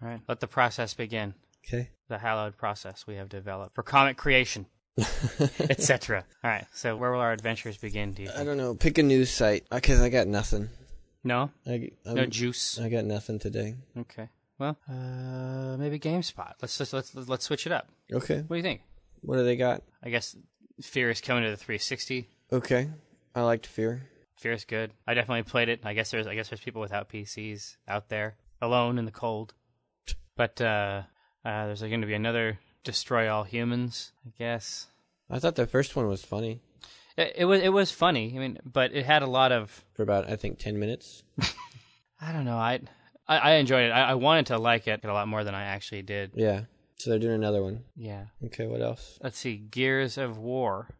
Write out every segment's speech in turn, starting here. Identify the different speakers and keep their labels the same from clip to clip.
Speaker 1: All right, let the process begin.
Speaker 2: Okay.
Speaker 1: The hallowed process we have developed for comic creation, etc. All right, so where will our adventures begin? Do you
Speaker 2: I
Speaker 1: think?
Speaker 2: don't know. Pick a news site because I got nothing.
Speaker 1: No,
Speaker 2: I, I'm-
Speaker 1: no juice.
Speaker 2: I got nothing today.
Speaker 1: Okay. Well, uh, maybe GameSpot. Let's just let's let's switch it up.
Speaker 2: Okay.
Speaker 1: What do you think?
Speaker 2: What do they got?
Speaker 1: I guess Fear is coming to the 360.
Speaker 2: Okay. I liked Fear.
Speaker 1: Fear is good. I definitely played it. I guess there's I guess there's people without PCs out there alone in the cold. But uh, uh, there's going to be another Destroy All Humans. I guess
Speaker 2: I thought the first one was funny
Speaker 1: it, it was it was funny. I mean, but it had a lot of
Speaker 2: for about I think ten minutes.
Speaker 1: I don't know. I I, I enjoyed it. I, I wanted to like it a lot more than I actually did.
Speaker 2: Yeah. So they're doing another one.
Speaker 1: Yeah.
Speaker 2: Okay. What else?
Speaker 1: Let's see. Gears of War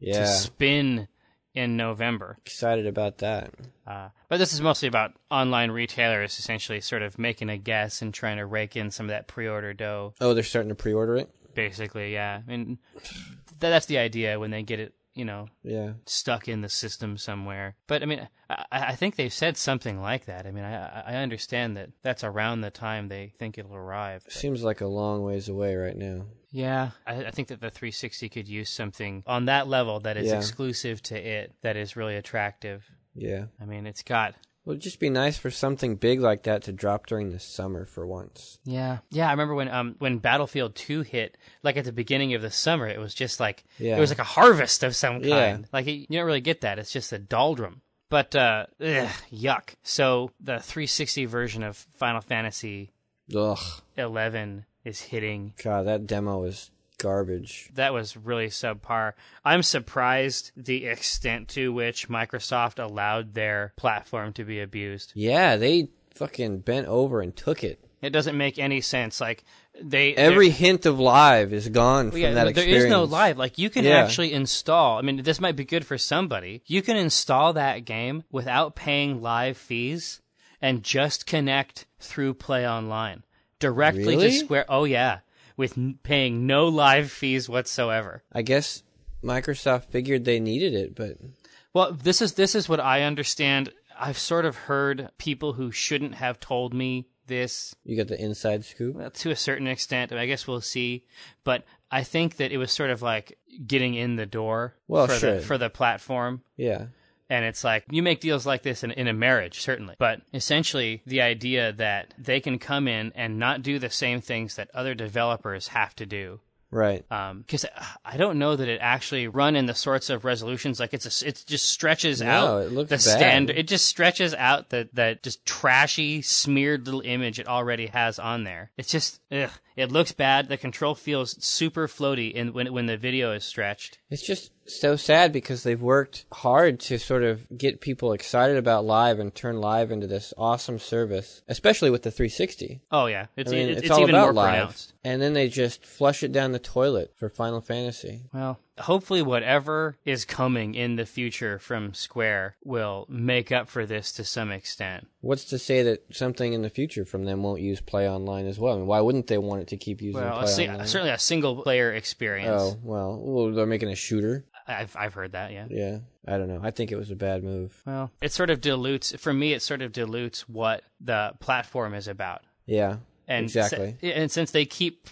Speaker 2: Yeah.
Speaker 1: to spin in November.
Speaker 2: Excited about that.
Speaker 1: Uh, but this is mostly about online retailers essentially sort of making a guess and trying to rake in some of that pre-order dough.
Speaker 2: Oh, they're starting to pre-order it.
Speaker 1: Basically, yeah. I mean, th- that's the idea when they get it, you know,
Speaker 2: Yeah.
Speaker 1: stuck in the system somewhere. But I mean, I, I think they've said something like that. I mean, I, I understand that that's around the time they think it'll arrive. but-
Speaker 2: Seems like a long ways away right now.
Speaker 1: yeah, I, I think that the 360 could use something on that level that is
Speaker 2: Yeah.
Speaker 1: exclusive to it, that is really attractive.
Speaker 2: Yeah.
Speaker 1: I mean, it's got
Speaker 2: Well, it'd just be nice for something big like that to drop during the summer for once.
Speaker 1: Yeah, yeah. I remember when um when Battlefield Two hit, like at the beginning of the summer, it was just like
Speaker 2: Yeah.
Speaker 1: it was like a harvest of some kind.
Speaker 2: Yeah.
Speaker 1: Like you don't really get that. It's just a doldrum. But uh, ugh, yuck. So the 360 version of Final Fantasy
Speaker 2: Ugh.
Speaker 1: 11 is hitting.
Speaker 2: God, that demo was garbage.
Speaker 1: That was really subpar. I'm surprised the extent to which Microsoft allowed their platform to be abused.
Speaker 2: Yeah, they fucking bent over and took it.
Speaker 1: It doesn't make any sense. Like they they're-
Speaker 2: Every hint of live is gone from
Speaker 1: Well, yeah,
Speaker 2: that
Speaker 1: there
Speaker 2: experience.
Speaker 1: is no live. Like you can
Speaker 2: Yeah.
Speaker 1: actually install. I mean, this might be good for somebody. You can install that game without paying live fees and just connect through Play Online directly
Speaker 2: Really?
Speaker 1: to Square. Oh yeah, with n- paying no live fees whatsoever.
Speaker 2: I guess Microsoft figured they needed it, but
Speaker 1: Well, this is this is what I understand. I've sort of heard people who shouldn't have told me this
Speaker 2: you got the inside scoop.
Speaker 1: Well, to a certain extent. I guess we'll see. But I think that it was sort of like getting in the door
Speaker 2: Well,
Speaker 1: for,
Speaker 2: sure.
Speaker 1: the, for the platform.
Speaker 2: Yeah.
Speaker 1: And it's like you make deals like this in, in a marriage, certainly. But essentially, the idea that they can come in and not do the same things that other developers have to do.
Speaker 2: Right.
Speaker 1: Uh. Because I don't know that it actually run in the sorts of resolutions like it's a s it just stretches
Speaker 2: No,
Speaker 1: out
Speaker 2: it looks
Speaker 1: the
Speaker 2: bad.
Speaker 1: standard. It just stretches out the that just trashy smeared little image it already has on there. It's just ugh, it looks bad. The control feels super floaty in, when when the video is stretched.
Speaker 2: It's just so sad because they've worked hard to sort of get people excited about live and turn live into this awesome service, especially with the 360.
Speaker 1: Oh yeah, it's
Speaker 2: I mean,
Speaker 1: it's,
Speaker 2: it's,
Speaker 1: it's
Speaker 2: all
Speaker 1: even more
Speaker 2: about live.
Speaker 1: pronounced.
Speaker 2: And then they just flush it down the toilet for Final Fantasy.
Speaker 1: Well, hopefully, whatever is coming in the future from Square will make up for this to some extent.
Speaker 2: What's to say that something in the future from them won't use Play Online as well? I mean, why wouldn't they want it to keep using
Speaker 1: Well,
Speaker 2: Play
Speaker 1: a si-
Speaker 2: Online?
Speaker 1: certainly a single player experience.
Speaker 2: Oh, well, well, they're making a shooter.
Speaker 1: I've I've heard that. Yeah.
Speaker 2: Yeah. I don't know. I think it was a bad move.
Speaker 1: Well, it sort of dilutes. For me, it sort of dilutes what the platform is about.
Speaker 2: Yeah.
Speaker 1: And si-
Speaker 2: exactly.
Speaker 1: and since they keep,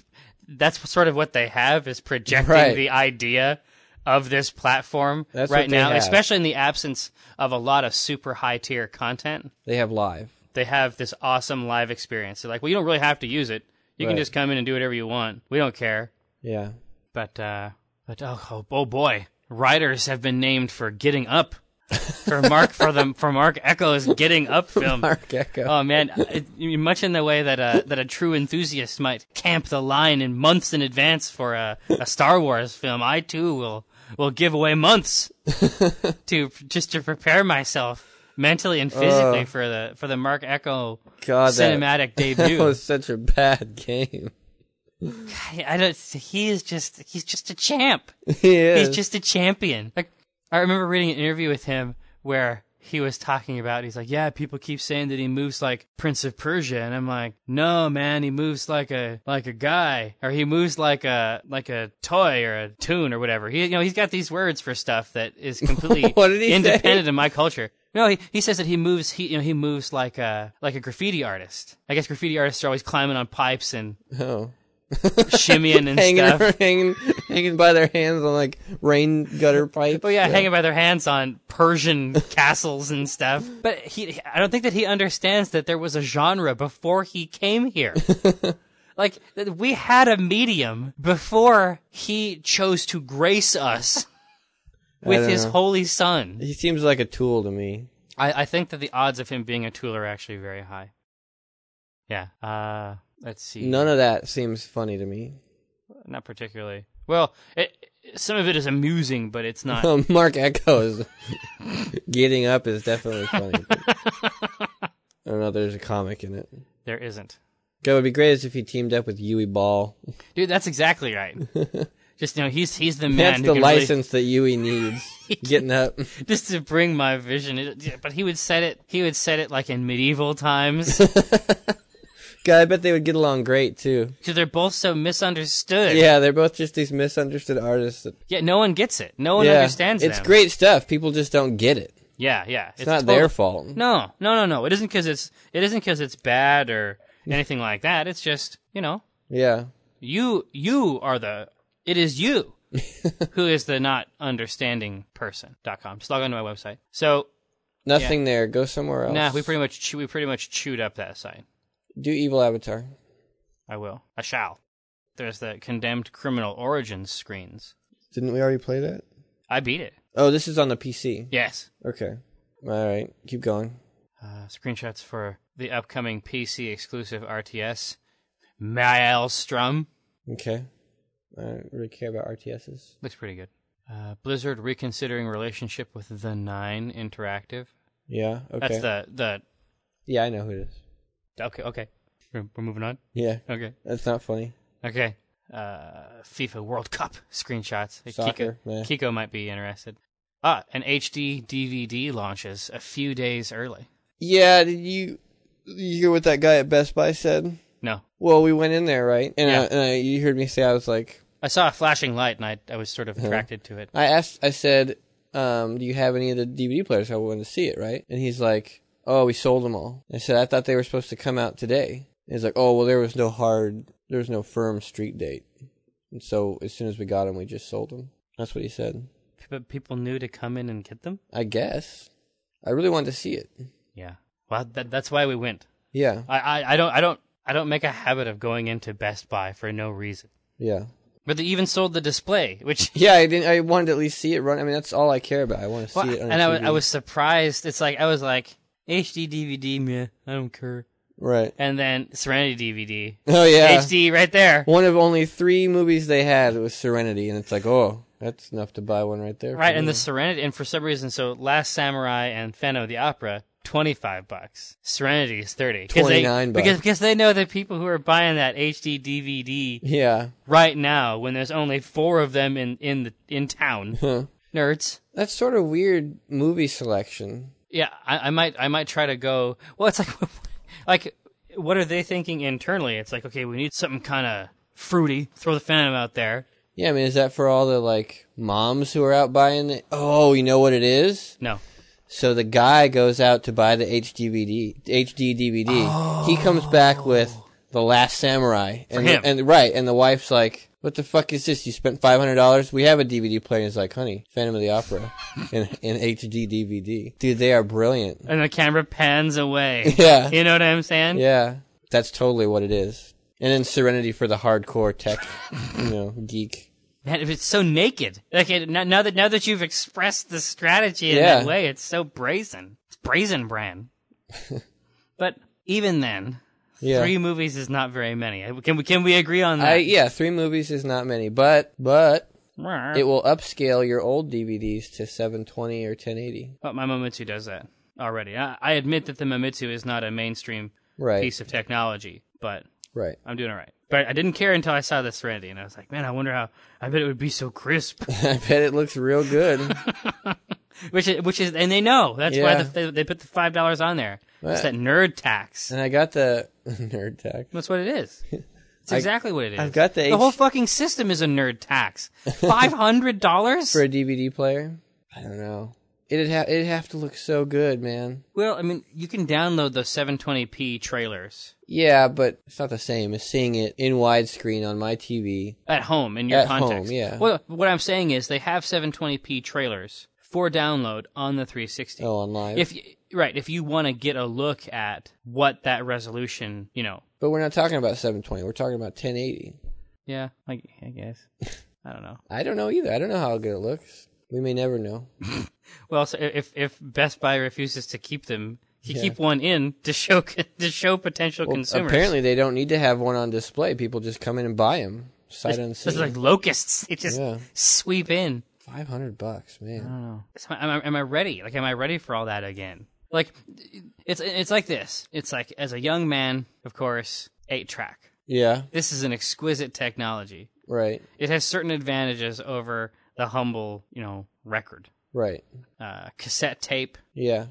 Speaker 1: that's sort of what they have is projecting
Speaker 2: Right.
Speaker 1: the idea of this platform
Speaker 2: That's what
Speaker 1: right
Speaker 2: they
Speaker 1: now,
Speaker 2: have.
Speaker 1: especially in the absence of a lot of super high tier content.
Speaker 2: They have live.
Speaker 1: they have this awesome live experience. They're like, well, you don't really have to use it. You can
Speaker 2: Right.
Speaker 1: just come in and do whatever you want. We don't care.
Speaker 2: Yeah.
Speaker 1: But uh, but oh, oh oh boy, writers have been named for Getting Up, for Mark for the for Mark Echo's Getting Up film.
Speaker 2: Mark Echo.
Speaker 1: Oh man, it, you- much in the way that a that a true enthusiast might camp the line in months in advance for a, a Star Wars film, I too will will give away months to just to prepare myself mentally and physically for the for the Mark Echo
Speaker 2: Oh. God, that-
Speaker 1: cinematic
Speaker 2: That
Speaker 1: debut.
Speaker 2: was such a bad game.
Speaker 1: I, I don't. He is just he's just a champ.
Speaker 2: he is.
Speaker 1: He's just a champion. Like I remember reading an interview with him where he was talking about he's like, Yeah, people keep saying that he moves like Prince of Persia and I'm like, No man, he moves like a like a guy or he moves like a like a toy or a tune or whatever. He you know, he's got these words for stuff that is completely
Speaker 2: What did he say?
Speaker 1: independent of my culture. No, he, he says that he moves he you know he moves like a like a graffiti artist. I guess graffiti artists are always climbing on pipes and
Speaker 2: Oh.
Speaker 1: shimmying and
Speaker 2: Hanging,
Speaker 1: stuff.
Speaker 2: hanging, hanging by their hands on like rain gutter pipes.
Speaker 1: Oh yeah, hanging by their hands on Persian castles and stuff. But he, I don't think that he understands that there was a genre before he came here. like that we had a medium before he chose to grace us with
Speaker 2: don't
Speaker 1: his
Speaker 2: know.
Speaker 1: holy son.
Speaker 2: He seems like a tool to me.
Speaker 1: I, I think that the odds of him being a tool are actually very high. Yeah. Uh, let's see.
Speaker 2: None of that seems funny to me.
Speaker 1: Not particularly. Well, it, some of it is amusing, but it's not.
Speaker 2: Um, Mark echoes. Getting up is definitely funny. I don't know. There's a comic in it.
Speaker 1: there isn't.
Speaker 2: It would be great is if he teamed up with Yui Ball.
Speaker 1: Dude, that's exactly right. Just you know, he's he's the man.
Speaker 2: That's
Speaker 1: who
Speaker 2: the
Speaker 1: can really-
Speaker 2: license that Yui needs. Getting up.
Speaker 1: just to bring my vision. It- yeah, But he would set it. He would set it like in medieval times.
Speaker 2: God, I bet they would get along great too.
Speaker 1: Because they're both so misunderstood.
Speaker 2: Yeah, they're both just these misunderstood artists. That,
Speaker 1: Yeah, No one gets it. No one
Speaker 2: yeah,
Speaker 1: understands
Speaker 2: It's
Speaker 1: them.
Speaker 2: great stuff. People just don't get it. It's,
Speaker 1: Yeah. Yeah. It's,
Speaker 2: not
Speaker 1: total-
Speaker 2: their fault.
Speaker 1: No. No. No. No. It isn't because it's. It isn't because it's bad or anything like that. It's just you know
Speaker 2: Yeah.
Speaker 1: you you are the it is you who is the not understanding person.com. Just log on to my website. So
Speaker 2: Nothing there. Go somewhere else.
Speaker 1: nah, we pretty much chew- we pretty much chewed up that site.
Speaker 2: Do Evil Avatar.
Speaker 1: I will. I shall. There's the condemned criminal origins screens.
Speaker 2: Didn't we already play that?
Speaker 1: I beat it.
Speaker 2: Oh, this is on the PC.
Speaker 1: Yes.
Speaker 2: Okay. All right. Keep going.
Speaker 1: Uh, screenshots for the upcoming PC exclusive RTS, Maelstrom.
Speaker 2: Okay. I don't really care about RTSs.
Speaker 1: Looks pretty good. Uh, Blizzard reconsidering relationship with the Nine Interactive.
Speaker 2: Yeah. Okay.
Speaker 1: That's the
Speaker 2: yeah, I know who it is.
Speaker 1: the. Okay, okay. We're, we're moving on.
Speaker 2: Yeah.
Speaker 1: Okay,
Speaker 2: That's not funny.
Speaker 1: okay. Uh, FIFA World Cup screenshots.
Speaker 2: Soccer,
Speaker 1: Kiko,
Speaker 2: meh.
Speaker 1: Kiko might be interested. Ah, an HD DVD launches a few days early.
Speaker 2: Yeah. Did you you hear what that guy at Best Buy said?
Speaker 1: No,
Speaker 2: Well, we went in there, right? And,
Speaker 1: Yeah.
Speaker 2: I, and I, you heard me say I was like,
Speaker 1: I saw a flashing light and I, I was sort of attracted to it.
Speaker 2: I asked, I said, um, "Do you have any of the DVD players? I wanted to see it, right?" And he's like, "Oh, we sold them all." I said, "I thought they were supposed to come out today." And he's like, "Oh, well, there was no hard, there was no firm street date, and so as soon as we got them, we just sold them." That's what he said.
Speaker 1: But people knew to come in and get them?
Speaker 2: I guess. I really wanted to see it.
Speaker 1: Yeah. Well, that, that's why we went.
Speaker 2: Yeah,
Speaker 1: I, I, I don't I don't I don't make a habit of going into Best Buy for no reason.
Speaker 2: yeah,
Speaker 1: But they even sold the display, which
Speaker 2: yeah. I didn't. I wanted to at least see it run. I mean, that's all I care about. I want to see
Speaker 1: well,
Speaker 2: it. On
Speaker 1: and I was,
Speaker 2: TV.
Speaker 1: I was surprised. It's like I was like HD DVD, meh, I don't care.
Speaker 2: right.
Speaker 1: And then Serenity DVD,
Speaker 2: Oh yeah.
Speaker 1: HD right there,
Speaker 2: One of only three movies they had was Serenity, and it's like, oh, that's enough to buy one right there. for
Speaker 1: right? And
Speaker 2: me.
Speaker 1: the Serenity, and for some reason, so Last Samurai and Phantom of the Opera, twenty five bucks. Serenity is thirty. 'Cause they-
Speaker 2: 29 bucks.
Speaker 1: Because because they know that people who are buying that HD DVD
Speaker 2: yeah,
Speaker 1: right now when there's only four of them in in the in town.
Speaker 2: Huh.
Speaker 1: Nerds.
Speaker 2: that's sort of weird movie selection.
Speaker 1: Yeah, I, I might I might try to go. Well, it's like like what are they thinking internally? It's like okay, we need something kind of fruity. Throw the Phantom out there.
Speaker 2: Yeah, I mean, is that for all the like moms who are out buying the? Oh, you know what it is.
Speaker 1: No,
Speaker 2: So the guy goes out to buy the HDVD, HD DVD. He comes back with the Last Samurai, and
Speaker 1: Oh. him.
Speaker 2: and right, and the wife's like. What the fuck is this? You spent five hundred dollars. We have a DVD player. And he's like, honey, Phantom of the Opera, in in HD DVD. Dude, they are brilliant.
Speaker 1: and the camera pans away.
Speaker 2: Yeah.
Speaker 1: you know what I'm saying?
Speaker 2: Yeah, that's totally what it is. And then Serenity for the hardcore tech, you know, geek.
Speaker 1: Man, if it's so naked, like it, now, now that now that you've expressed the strategy in
Speaker 2: Yeah.
Speaker 1: that way, it's so brazen. It's brazen brand. but even then,
Speaker 2: Yeah.
Speaker 1: three movies is not very many. Uh, Can we can we agree on
Speaker 2: I,
Speaker 1: that?
Speaker 2: yeah, three movies is not many, but but
Speaker 1: Meh.
Speaker 2: it will upscale your old DVDs to 720 or 1080.
Speaker 1: But my Momitsu does that already. I, I admit that the Momitsu is not a mainstream
Speaker 2: Right,
Speaker 1: piece of technology, but
Speaker 2: right.
Speaker 1: I'm doing all right. But I didn't care until I saw the Serenity, and I was like, man, I wonder how. I bet it would be so crisp.
Speaker 2: I bet it looks real good.
Speaker 1: which is, which is, and they know that's why
Speaker 2: Yeah.
Speaker 1: the, they, they put the five dollars on there. It's that nerd tax.
Speaker 2: and I got the nerd tech.
Speaker 1: That's what it is. It's exactly what it is.
Speaker 2: I've got the
Speaker 1: the whole
Speaker 2: H-
Speaker 1: fucking system is a nerd tax. Five hundred dollars.
Speaker 2: for a DVD player. I don't know. It'd have it'd have to look so good, man.
Speaker 1: Well, I mean, you can download those 720p trailers
Speaker 2: Yeah, but it's not the same as seeing it in widescreen on my TV.
Speaker 1: at home in your
Speaker 2: At home,
Speaker 1: context.
Speaker 2: yeah.
Speaker 1: Well, what I'm saying is they have 720p trailers for download on the 360.
Speaker 2: Oh, on live.
Speaker 1: If y- right, if you want to get a look at what that resolution, you know,
Speaker 2: but we're not talking about 720. We're talking about 1080.
Speaker 1: yeah, I, I guess. I don't know.
Speaker 2: I don't know either. I don't know how good it looks. We may never know.
Speaker 1: Well, so if if Best Buy refuses to keep them, you
Speaker 2: Yeah.
Speaker 1: keep one in to show to show potential
Speaker 2: Well,
Speaker 1: consumers.
Speaker 2: apparently, they don't need to have one on display. People just come in and buy them
Speaker 1: it's,
Speaker 2: sight
Speaker 1: it's
Speaker 2: unseen.
Speaker 1: like locusts. It just
Speaker 2: Yeah.
Speaker 1: sweep in.
Speaker 2: Five hundred bucks,
Speaker 1: I
Speaker 2: man.
Speaker 1: don't know. It's- Am I, am I ready? Like, am I ready for all that again? Like, it's it's like this. It's like as a young man, of course, eight track.
Speaker 2: Yeah,
Speaker 1: This is an exquisite technology.
Speaker 2: right,
Speaker 1: It has certain advantages over the humble, you know, record.
Speaker 2: right.
Speaker 1: Uh, cassette tape,
Speaker 2: Yeah,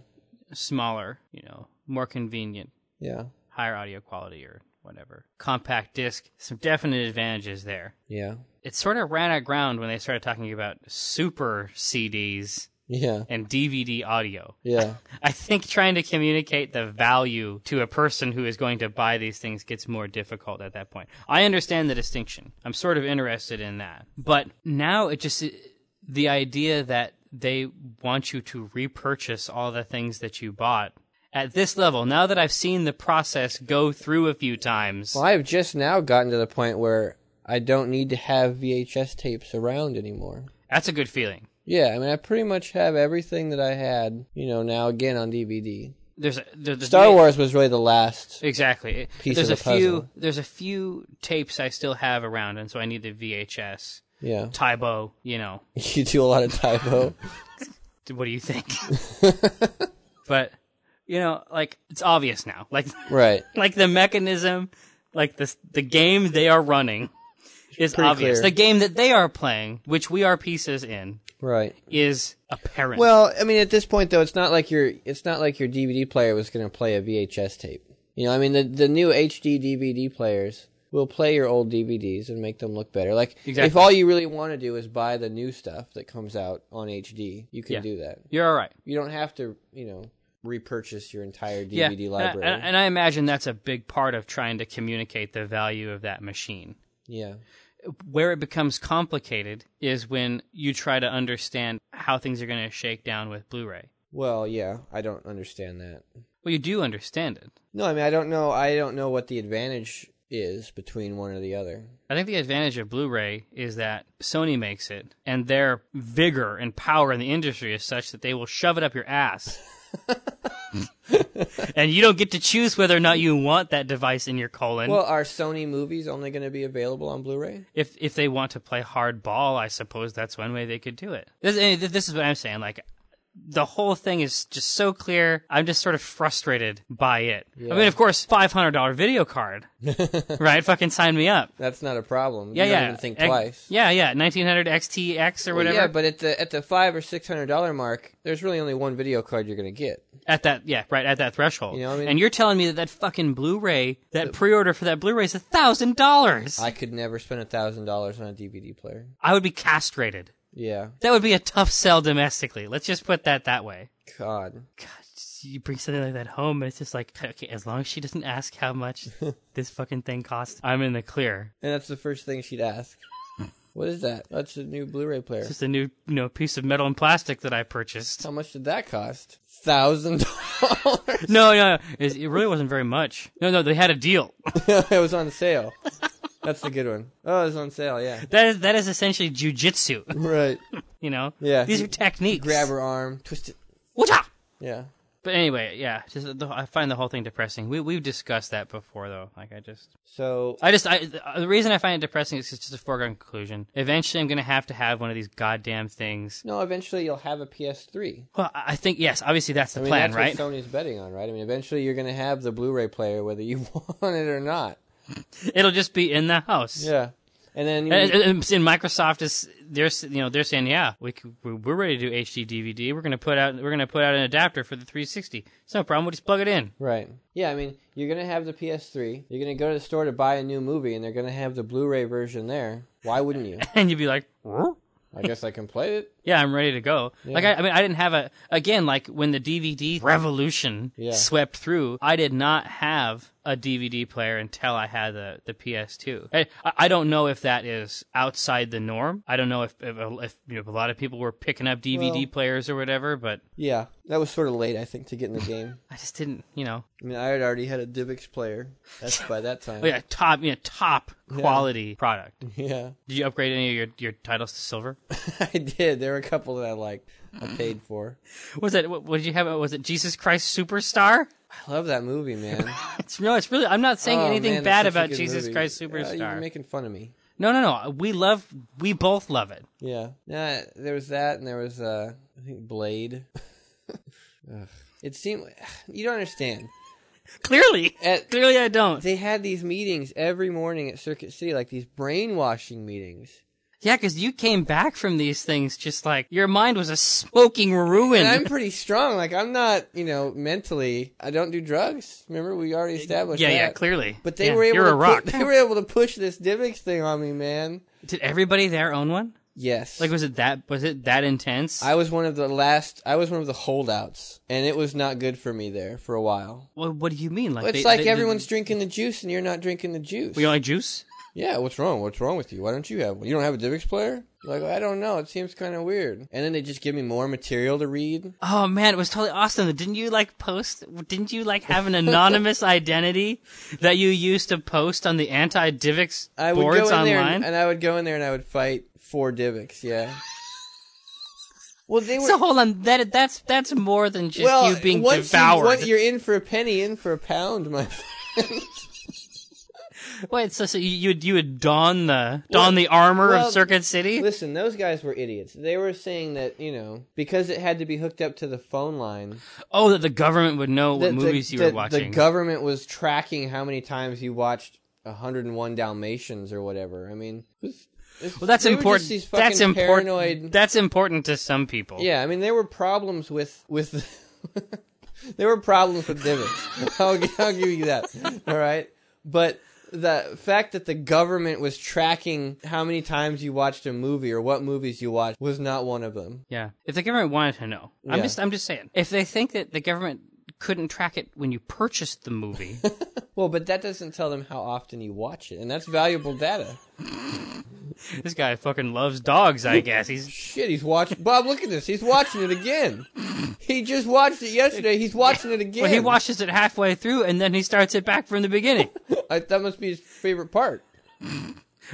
Speaker 1: smaller, you know, more convenient.
Speaker 2: yeah,
Speaker 1: higher audio quality or whatever. Compact disc, some definite advantages there.
Speaker 2: yeah,
Speaker 1: It sort of ran out of ground when they started talking about super CDs
Speaker 2: yeah,
Speaker 1: and DVD audio.
Speaker 2: yeah.
Speaker 1: I think trying to communicate the value to a person who is going to buy these things gets more difficult at that point. I understand the distinction. I'm sort of interested in that. But now it just the idea that they want you to repurchase all the things that you bought at this level. Now that I've seen the process go through a few times,
Speaker 2: Well, I've just now gotten to the point where I don't need to have VHS tapes around anymore.
Speaker 1: that's a good feeling.
Speaker 2: Yeah, I mean, I pretty much have everything that I had, you know, now again on DVD.
Speaker 1: There's a, there- there's
Speaker 2: Star Wars was really the last.
Speaker 1: Exactly.
Speaker 2: piece
Speaker 1: there's
Speaker 2: of
Speaker 1: a
Speaker 2: the
Speaker 1: few
Speaker 2: puzzle.
Speaker 1: there's a few tapes I still have around and so I need the VHS.
Speaker 2: Yeah.
Speaker 1: Tybo, you know.
Speaker 2: You do a lot of typo.
Speaker 1: what do you think? but you know, like it's obvious now. Like
Speaker 2: right.
Speaker 1: like the mechanism, like the the game they are running is
Speaker 2: pretty
Speaker 1: obvious.
Speaker 2: clear.
Speaker 1: The game that they are playing, which we are pieces in,
Speaker 2: Right.
Speaker 1: is apparent.
Speaker 2: Well, I mean, at this point though, it's not like your it's not like your DVD player was going to play a VHS tape. You know, I mean, the the new HD DVD players will play your old DVDs and make them look better. Like, if
Speaker 1: Exactly.
Speaker 2: all you really want to do is buy the new stuff that comes out on HD, you can
Speaker 1: Yeah.
Speaker 2: do that.
Speaker 1: you're all right.
Speaker 2: You don't have to, you know, repurchase your entire DVD
Speaker 1: Yeah, and I-
Speaker 2: library.
Speaker 1: and, and I imagine that's a big part of trying to communicate the value of that machine.
Speaker 2: yeah,
Speaker 1: Where it becomes complicated is when you try to understand how things are going to shake down with Blu-ray.
Speaker 2: well, yeah, I don't understand that.
Speaker 1: Well, you do understand it.
Speaker 2: No, I mean, I don't know. I don't know what the advantage is between one or the other.
Speaker 1: I think the advantage of Blu-ray is that Sony makes it, and their vigor and power in the industry is such that they will shove it up your ass, and you don't get to choose whether or not you want that device in your colon.
Speaker 2: Well, are Sony movies only going to be available on Blu-ray?
Speaker 1: if if they want to play hard ball, I suppose that's one way they could do it. This, eh, th- this is what I'm saying. Like, the whole thing is just so clear. I'm just sort of frustrated by it. I mean, of course, five hundred dollar video card, right? Fucking sign me up.
Speaker 2: That's not a problem.
Speaker 1: Yeah,
Speaker 2: you
Speaker 1: yeah.
Speaker 2: Don't even think
Speaker 1: Ex-
Speaker 2: twice.
Speaker 1: Yeah, yeah. 1900 XTX or
Speaker 2: Well,
Speaker 1: whatever.
Speaker 2: Yeah, but at the at the five or six hundred dollar mark, there's really only one video card you're going to get.
Speaker 1: at that, yeah, right at that threshold.
Speaker 2: You know what I mean?
Speaker 1: And you're telling me that that fucking Blu-ray, that pre-order for that Blu-ray is a thousand dollars.
Speaker 2: I could never spend a thousand dollars on a DVD player.
Speaker 1: I would be castrated.
Speaker 2: Yeah,
Speaker 1: That would be a tough sell domestically. Let's just put that that way.
Speaker 2: God.
Speaker 1: God, you bring something like that home, and it's just like, okay, as long as she doesn't ask how much this fucking thing costs, I'm in the clear.
Speaker 2: And that's the first thing she'd ask. what is that? That's a new Blu-ray player.
Speaker 1: It's just a new, you know, piece of metal and plastic that I purchased.
Speaker 2: How much did that cost? Thousand dollars.
Speaker 1: No, no, no. It it really wasn't very much. No, no, they had a deal.
Speaker 2: it was on sale. That's the good one. Oh, it was on sale. Yeah.
Speaker 1: That is that is essentially jujitsu.
Speaker 2: Right.
Speaker 1: You know,
Speaker 2: Yeah.
Speaker 1: these
Speaker 2: You
Speaker 1: are techniques.
Speaker 2: Grab her arm, twist it.
Speaker 1: Wata!
Speaker 2: Yeah.
Speaker 1: But anyway, yeah, just the, I find the whole thing depressing. We we've discussed that before, though. Like I just,
Speaker 2: So
Speaker 1: I just, I the reason I find it depressing is 'cause it's just a foregone conclusion. Eventually, I'm gonna have to have one of these goddamn things.
Speaker 2: no, eventually you'll have a PS3.
Speaker 1: Well, I I think yes, obviously that's the
Speaker 2: I mean,
Speaker 1: plan,
Speaker 2: that's
Speaker 1: right?
Speaker 2: what Sony's betting on, right? I mean, eventually you're going to have the Blu-ray player, whether you want it or not.
Speaker 1: It'll just be in the house.
Speaker 2: Yeah, and then you,
Speaker 1: And, and- and- and Microsoft is they're s- you know they're saying yeah we c- we- we're ready to do HD DVD we're gonna put out we're gonna put out an adapter for the 360 it's no problem we'll just plug it in
Speaker 2: right? Yeah, I mean, you're going to have the PS3. You're going to go to the store to buy a new movie, and they're going to have the Blu-ray version there. Why wouldn't you?
Speaker 1: and you'd be like "Whoa."
Speaker 2: I guess I can play it.
Speaker 1: yeah, I'm ready to go. Like, I, I mean, I didn't have a, again, like when the DVD revolution
Speaker 2: Yeah.
Speaker 1: swept through, I did not have a DVD player until I had the, the PS2. I, I don't know if that is outside the norm. I don't know if, if, if, you know, if a lot of people were picking up DVD
Speaker 2: Well-
Speaker 1: players or whatever, but
Speaker 2: Yeah, that was sort of late, I think, to get in the game.
Speaker 1: I just didn't, you know,
Speaker 2: I mean, I had already had a DivX player. That's by that time.
Speaker 1: oh, yeah, top, you know, top quality product.
Speaker 2: yeah,
Speaker 1: Did you upgrade any of your, your titles to silver?
Speaker 2: I did. There were a couple that I liked. I paid for.
Speaker 1: Was that what, what did you have? Was it Jesus Christ Superstar?
Speaker 2: I love that movie, man.
Speaker 1: It's no, it's really. I'm not saying
Speaker 2: Oh,
Speaker 1: anything
Speaker 2: man, that's
Speaker 1: bad
Speaker 2: such a
Speaker 1: about
Speaker 2: good
Speaker 1: Jesus
Speaker 2: movie.
Speaker 1: Christ
Speaker 2: Uh,
Speaker 1: Superstar.
Speaker 2: you're making fun of me.
Speaker 1: no, no, no. We love. We both love it.
Speaker 2: Yeah. Nah, there was that, and there was uh, I think Blade. Ugh. It seemed you don't understand.
Speaker 1: Clearly,
Speaker 2: At-
Speaker 1: clearly, I don't.
Speaker 2: They had these meetings every morning at Circuit City, like these brainwashing meetings.
Speaker 1: Yeah, because you came back from these things just like your mind was a smoking ruin.
Speaker 2: And I'm pretty strong. Like I'm not, you know, mentally. I don't do drugs. Remember, we already established.
Speaker 1: yeah,
Speaker 2: that.
Speaker 1: yeah, clearly.
Speaker 2: But they
Speaker 1: Yeah,
Speaker 2: were able.
Speaker 1: You're
Speaker 2: to
Speaker 1: a rock.
Speaker 2: Pu- they were able to push this Divx thing on me, man.
Speaker 1: Did everybody there own one?
Speaker 2: Yes.
Speaker 1: Like, was it that? Was it that intense?
Speaker 2: I was one of the last. I was one of the holdouts, and it was not good for me there for a while.
Speaker 1: what, what do you mean? Like,
Speaker 2: It's
Speaker 1: they-
Speaker 2: like
Speaker 1: they- they-
Speaker 2: everyone's drinking the juice, and you're not drinking the juice.
Speaker 1: we only juice.
Speaker 2: Yeah, what's wrong? What's wrong with you? Why don't you have one? You don't have a Divx player? Like, I don't know. It seems kind of weird. And then they just give me more material to read.
Speaker 1: Oh man, it was totally awesome. Didn't you like post? Didn't you like have an anonymous identity that you used to post on the anti-Divx
Speaker 2: I would
Speaker 1: boards
Speaker 2: go in
Speaker 1: online?
Speaker 2: there, and, and I would go in there, and I would fight for Divx. Yeah. Well, they were.
Speaker 1: So hold on, that that's that's more than just
Speaker 2: well,
Speaker 1: you being
Speaker 2: once
Speaker 1: devoured.
Speaker 2: You, once you're in for a penny, in for a pound, my friend.
Speaker 1: Wait, so, so you you would- you would don the don the armor
Speaker 2: well,
Speaker 1: of Circuit City?
Speaker 2: Listen, those guys were idiots. They were saying that you know because it had to be hooked up to the phone line.
Speaker 1: oh, that the government would know what
Speaker 2: that the-
Speaker 1: movies you
Speaker 2: that
Speaker 1: were watching.
Speaker 2: The government was tracking how many times you watched 101 Dalmatians or whatever. I mean, it's- it's-
Speaker 1: well, that's
Speaker 2: they were just
Speaker 1: important.
Speaker 2: these fucking
Speaker 1: That's important.
Speaker 2: Paranoid.
Speaker 1: That's important to some people.
Speaker 2: yeah, I mean, there were problems with with. there were problems with Divx. I'll, gi- I'll give you that. All right, but. The fact that the government was tracking how many times you watched a movie or what movies you watched was not one of them.
Speaker 1: Yeah. If the government wanted to know, I'm
Speaker 2: Yeah.
Speaker 1: just I'm just saying. If they think that the government couldn't track it when you purchased the movie,
Speaker 2: Well, but that doesn't tell them how often you watch it, and that's valuable data.
Speaker 1: this guy fucking loves dogs. I guess he's
Speaker 2: Shit, he's watching. Bob, look at this. He's watching it again. He just watched it yesterday. He's watching it again.
Speaker 1: well, he watches it halfway through and then he starts it back from the beginning.
Speaker 2: I, that must be his favorite part.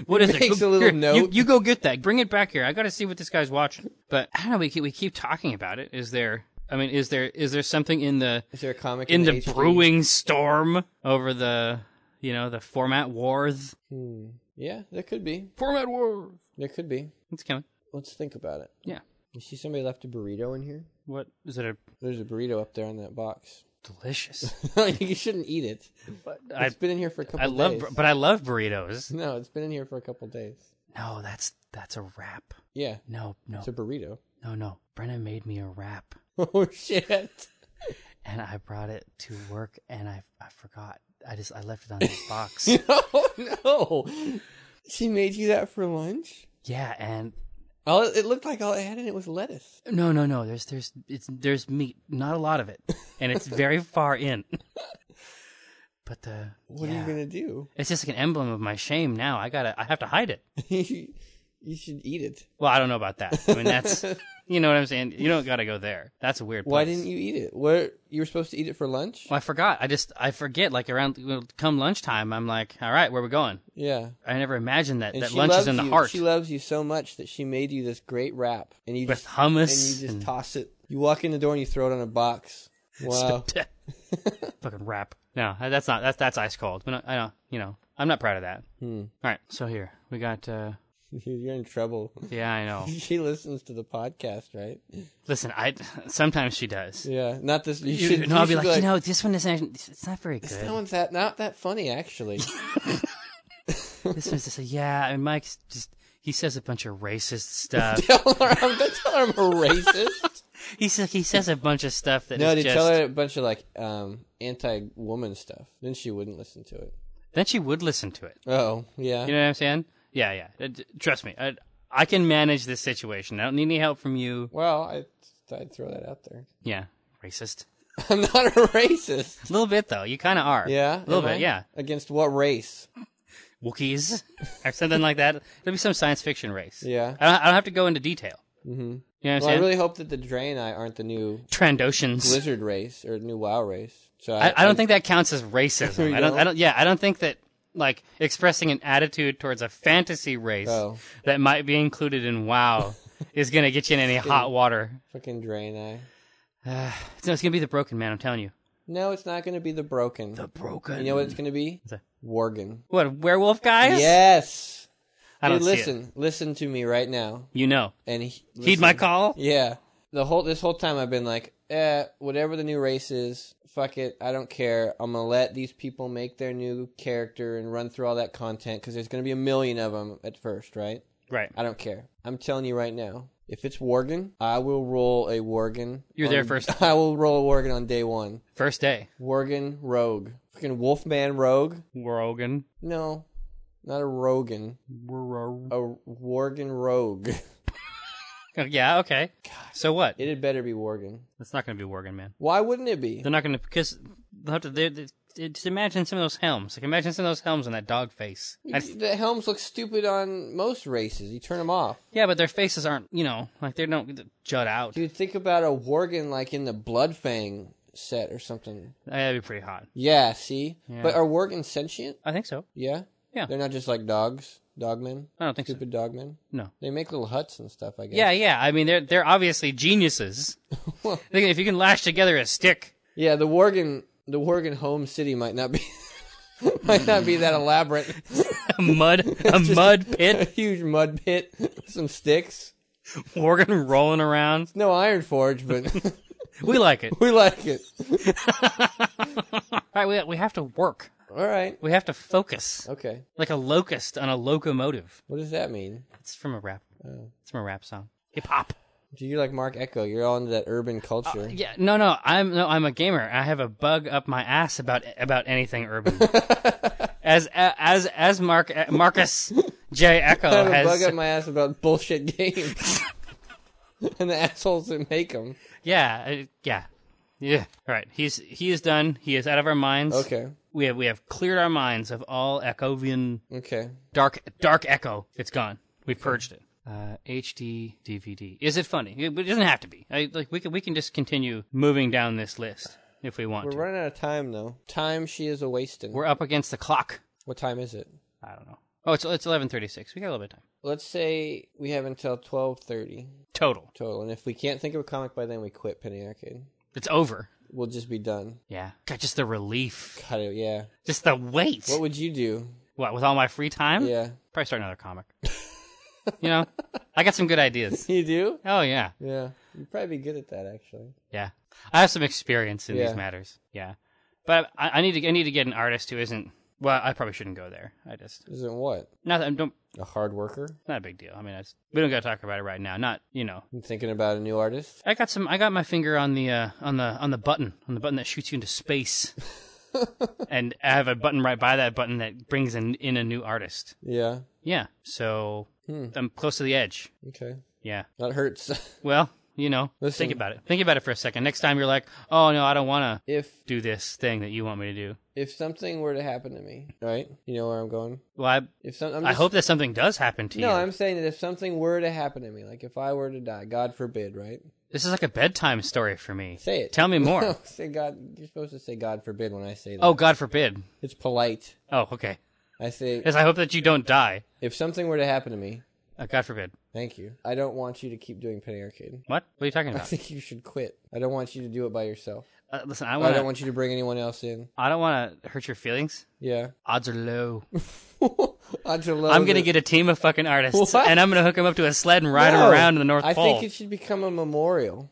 Speaker 1: What is
Speaker 2: makes
Speaker 1: it? Go-
Speaker 2: a little
Speaker 1: here, You,
Speaker 2: note.
Speaker 1: you go get that. Bring it back here. I got to see what this guy's watching. But I don't know. We keep, we keep talking about it. Is there? I mean, is there is there something in the
Speaker 2: Is there a comic
Speaker 1: in the
Speaker 2: HD?
Speaker 1: brewing storm over the you know the format wars?
Speaker 2: Yeah, there could be.
Speaker 1: Format war.
Speaker 2: There could be.
Speaker 1: It's coming.
Speaker 2: Let's think about it.
Speaker 1: Yeah.
Speaker 2: You see somebody left a burrito in here?
Speaker 1: What is it? A
Speaker 2: There's a burrito up there in that box.
Speaker 1: delicious.
Speaker 2: you shouldn't eat it.
Speaker 1: I
Speaker 2: It's been in here for a couple
Speaker 1: I love,
Speaker 2: days.
Speaker 1: bur- but I love burritos.
Speaker 2: no, it's been in here for a couple days.
Speaker 1: No, that's that's a wrap.
Speaker 2: Yeah,
Speaker 1: No, no,
Speaker 2: it's a burrito.
Speaker 1: no, no. Brenna made me a wrap,
Speaker 2: oh, shit.
Speaker 1: and I brought it to work, and I I forgot. I just I left it on this box.
Speaker 2: oh, no. She made you that for lunch?
Speaker 1: Yeah, and
Speaker 2: All it, it looked like all it had in it was lettuce.
Speaker 1: no, no, no. There's, there's, it's there's meat, not a lot of it, and it's very far in. But the
Speaker 2: What
Speaker 1: yeah.
Speaker 2: are you gonna do?
Speaker 1: It's just like an emblem of my shame now. I gotta, I have to hide it.
Speaker 2: you should eat it.
Speaker 1: Well, I don't know about that. I mean, that's, you know what I'm saying. You don't gotta go there. That's a weird. Place.
Speaker 2: Why didn't you eat it? Where you were supposed to eat it for lunch?
Speaker 1: Well, I forgot. I just, I forget. Like around well, come lunchtime, I'm like, all right, where we going?
Speaker 2: Yeah.
Speaker 1: I never imagined that
Speaker 2: And
Speaker 1: that
Speaker 2: she
Speaker 1: lunch is
Speaker 2: loves
Speaker 1: in the
Speaker 2: you.
Speaker 1: heart
Speaker 2: She loves you so much that she made you this great wrap, and you
Speaker 1: with
Speaker 2: just and you
Speaker 1: hummus
Speaker 2: just toss it. You walk in the door and you throw it on a box. Wow.
Speaker 1: fucking rap. No, that's not. That's that's ice cold. But I, I don't. You know, I'm not proud of that.
Speaker 2: Hmm.
Speaker 1: All right, so here we got. uh
Speaker 2: You're in trouble.
Speaker 1: Yeah, I know.
Speaker 2: She listens to the podcast, right?
Speaker 1: Listen, I sometimes she does.
Speaker 2: Yeah. Not this. You,
Speaker 1: You,
Speaker 2: should.
Speaker 1: no, I'll
Speaker 2: you
Speaker 1: be
Speaker 2: should
Speaker 1: like, you know, this one isn't. actually- It's not very
Speaker 2: that
Speaker 1: good.
Speaker 2: one's that not that funny actually.
Speaker 1: this one's just like, yeah, and Mike's just. He says a bunch of racist stuff.
Speaker 2: tell her I'm, don't tell her I'm a racist.
Speaker 1: he says he says a bunch of stuff that is
Speaker 2: No, they
Speaker 1: just.
Speaker 2: tell her a bunch of like um, anti-woman stuff. Then she wouldn't listen to it.
Speaker 1: Then she would listen to it.
Speaker 2: Oh, yeah.
Speaker 1: You know what I'm saying? Yeah, yeah. Uh, d- Trust me. I, I can manage this situation. I don't need any help from you.
Speaker 2: Well, I I'd throw that out there.
Speaker 1: Yeah, racist.
Speaker 2: I'm not a racist.
Speaker 1: A little bit though. You kind of are.
Speaker 2: Yeah,
Speaker 1: a little
Speaker 2: am
Speaker 1: bit.
Speaker 2: I?
Speaker 1: Yeah,
Speaker 2: Against what race?
Speaker 1: Wookiees or something like that. It'll be some science fiction race.
Speaker 2: Yeah.
Speaker 1: I don't, I don't have to go into detail.
Speaker 2: hmm
Speaker 1: You know what I'm
Speaker 2: Well, I
Speaker 1: saying?
Speaker 2: really hope that the Draenei aren't the new
Speaker 1: Trandoshans.
Speaker 2: Blizzard race or new WoW race. So
Speaker 1: I, I don't think that counts as racism.
Speaker 2: You
Speaker 1: I don't, I
Speaker 2: don't?
Speaker 1: don't. Yeah, I don't think that like expressing an attitude towards a fantasy race
Speaker 2: Oh.
Speaker 1: that might be included in WoW is going to get you in any hot water.
Speaker 2: fucking Draenei.
Speaker 1: Uh, it's, no, it's going to be the broken man. I'm telling you,
Speaker 2: No, it's not going to be the broken.
Speaker 1: the broken.
Speaker 2: you know what it's going to be?
Speaker 1: that?
Speaker 2: Worgen.
Speaker 1: What werewolf guys?
Speaker 2: Yes.
Speaker 1: I don't
Speaker 2: Dude,
Speaker 1: see it.
Speaker 2: listen, listen to me right now,
Speaker 1: You know,
Speaker 2: and he,
Speaker 1: heed my
Speaker 2: listen.
Speaker 1: call.
Speaker 2: Yeah. The whole this whole time I've been like, eh, whatever the new race is, fuck it, I don't care. I'm gonna let these people make their new character and run through all that content because there's gonna be a million of them at first, right?
Speaker 1: Right.
Speaker 2: I don't care. I'm telling you right now, if it's Worgen, I will roll a Worgen.
Speaker 1: You're
Speaker 2: on-
Speaker 1: there first.
Speaker 2: I will roll a Worgen on day one.
Speaker 1: First day.
Speaker 2: Worgen Rogue, freaking Wolfman Rogue.
Speaker 1: Rogan.
Speaker 2: No, not a Rogan, a Worgen Rogue.
Speaker 1: Yeah. Okay. So what?
Speaker 2: It had better be Worgen.
Speaker 1: It's not going to be Worgen, man.
Speaker 2: Why wouldn't it be?
Speaker 1: They're not going to because they'll have to. They're, they just imagine some of those helms. Like imagine some of those helms on that dog face. I just-
Speaker 2: The helms look stupid on most races. You turn them off.
Speaker 1: yeah, but their faces aren't. You know, like they don't jut out.
Speaker 2: Dude, think about a Worgen like in the Bloodfang set or something.
Speaker 1: That'd be pretty hot.
Speaker 2: Yeah, see?
Speaker 1: Yeah.
Speaker 2: But are Worgen sentient?
Speaker 1: I think so.
Speaker 2: Yeah?
Speaker 1: Yeah.
Speaker 2: They're not just like dogs, dogmen,
Speaker 1: I don't think so.
Speaker 2: stupid dogmen.
Speaker 1: No.
Speaker 2: They make little huts and stuff, I guess.
Speaker 1: Yeah, yeah. I mean, they're they're obviously geniuses.
Speaker 2: Well-
Speaker 1: They can- if you can lash together a stick,
Speaker 2: Yeah, the Worgen the Worgen home city might not be might not be that elaborate.
Speaker 1: a mud a mud
Speaker 2: a
Speaker 1: pit,
Speaker 2: huge mud pit, some sticks.
Speaker 1: Worgen rolling around.
Speaker 2: No iron forge, but
Speaker 1: We like it.
Speaker 2: we like it.
Speaker 1: All right, we we have to work.
Speaker 2: All right.
Speaker 1: We have to focus
Speaker 2: Okay.
Speaker 1: like a locust on a locomotive.
Speaker 2: What does that mean?
Speaker 1: It's from a rap.
Speaker 2: Oh.
Speaker 1: It's from a rap song. Hip hop.
Speaker 2: Do you like Mark Echo? You're all into that urban culture.
Speaker 1: Yeah, no, no, I'm no, I'm a gamer. I have a bug up my ass about about anything urban. as as as Mark Marcus J Echo
Speaker 2: I have a
Speaker 1: Uh, has
Speaker 2: bug up my ass about bullshit games and the assholes that make them.
Speaker 1: Yeah, uh, yeah, yeah. All right, he's he is done. He is out of our minds.
Speaker 2: Okay,
Speaker 1: we have we have cleared our minds of all Echovian
Speaker 2: okay.
Speaker 1: dark dark Echo. It's gone. We've purged it. Uh, HD DVD. Is it funny? It, it doesn't have to be. I, like we can we can just continue moving down this list if we want.
Speaker 2: We're
Speaker 1: to.
Speaker 2: running out of time though. Time she is a wasting.
Speaker 1: We're up against the clock.
Speaker 2: What time is it?
Speaker 1: I don't know. Oh, it's it's eleven thirty six. We got a little bit of time
Speaker 2: Let's say we have until twelve thirty
Speaker 1: total.
Speaker 2: total, and if we can't think of a comic by then, we quit Penny Arcade.
Speaker 1: It's over.
Speaker 2: We'll just be done.
Speaker 1: Yeah. God, just the relief.
Speaker 2: Cut it. Yeah.
Speaker 1: Just the wait.
Speaker 2: What
Speaker 1: What,
Speaker 2: would you do?
Speaker 1: with all my free time?
Speaker 2: Yeah.
Speaker 1: Probably start another comic. you know, I got some good ideas.
Speaker 2: You do?
Speaker 1: Oh yeah,
Speaker 2: Yeah. You'd probably be good at that actually.
Speaker 1: yeah. I have some experience in
Speaker 2: Yeah.
Speaker 1: these matters. Yeah, but I, I need to I need to get an artist who isn't. Well, I probably shouldn't go there. I just
Speaker 2: Isn't what
Speaker 1: not that I don't.
Speaker 2: a hard worker?
Speaker 1: Not a big deal. I mean, I just, we don't got to talk about it right now. Not you know.
Speaker 2: I'm thinking about a new artist.
Speaker 1: I got some. I got my finger on the uh, on the on the button on the button that shoots you into space, and I have a button right by that button that brings in in a new artist.
Speaker 2: Yeah.
Speaker 1: Yeah, so
Speaker 2: Hmm.
Speaker 1: I'm close to the edge.
Speaker 2: Okay.
Speaker 1: Yeah.
Speaker 2: That hurts.
Speaker 1: Well, you know,
Speaker 2: Listen.
Speaker 1: think about it. Think about it for a second. Next time you're like, oh no, I don't want to
Speaker 2: if
Speaker 1: do this thing that you want me to do.
Speaker 2: if something were to happen to me, right? You know where I'm going.
Speaker 1: Well, I,
Speaker 2: If some, I'm
Speaker 1: I
Speaker 2: just-
Speaker 1: hope that something does happen to
Speaker 2: No,
Speaker 1: you.
Speaker 2: I'm saying that if something were to happen to me, like if I were to die, God forbid, right?
Speaker 1: This is like a bedtime story for me.
Speaker 2: Say it.
Speaker 1: Tell me more.
Speaker 2: No, say God. You're supposed to say God forbid when I say that.
Speaker 1: oh, God forbid.
Speaker 2: it's polite.
Speaker 1: Oh, okay.
Speaker 2: I say
Speaker 1: Yes, I hope that you don't die.
Speaker 2: if something were to happen to me,
Speaker 1: Uh, God forbid.
Speaker 2: thank you. I don't want you to keep doing Penny Arcade.
Speaker 1: What? What are you talking
Speaker 2: I
Speaker 1: about?
Speaker 2: think you should quit. I don't want you to do it by yourself.
Speaker 1: Uh, listen, I
Speaker 2: I
Speaker 1: want
Speaker 2: don't
Speaker 1: to.
Speaker 2: want you to bring anyone else in.
Speaker 1: I don't want to hurt your feelings.
Speaker 2: Yeah.
Speaker 1: Odds are low.
Speaker 2: I'm
Speaker 1: I'm gonna get a team of fucking artists,
Speaker 2: What?
Speaker 1: and I'm gonna hook them up to a sled and ride them around in the North
Speaker 2: I
Speaker 1: Pole.
Speaker 2: think it should become a memorial.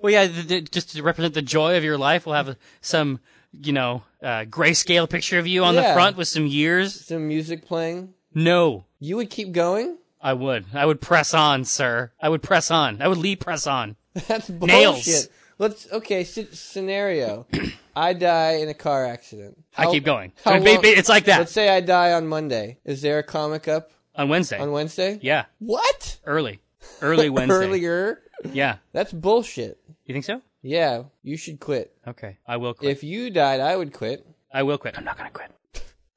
Speaker 1: Well, yeah, th- th- just to represent the joy of your life, we'll have some, you know, uh, grayscale picture of you on the
Speaker 2: Yeah.
Speaker 1: front with some years.
Speaker 2: Some music playing.
Speaker 1: No,
Speaker 2: You would keep going?
Speaker 1: I would. I would press on, sir. I would press on. I would Lee press on.
Speaker 2: That's bullshit.
Speaker 1: Nails.
Speaker 2: Let's okay. sce- scenario: I die in a car accident.
Speaker 1: I
Speaker 2: How-
Speaker 1: keep going.
Speaker 2: how
Speaker 1: Ba- ba-
Speaker 2: long-
Speaker 1: it's like that.
Speaker 2: Let's say I die on Monday. Is there a comic up
Speaker 1: on Wednesday.
Speaker 2: on Wednesday?
Speaker 1: yeah,
Speaker 2: What?
Speaker 1: early, early Wednesday.
Speaker 2: Earlier?
Speaker 1: Yeah,
Speaker 2: That's bullshit.
Speaker 1: you think so?
Speaker 2: Yeah, you should quit.
Speaker 1: Okay, I will quit.
Speaker 2: If you died, I would quit.
Speaker 1: I will quit. I'm not gonna quit.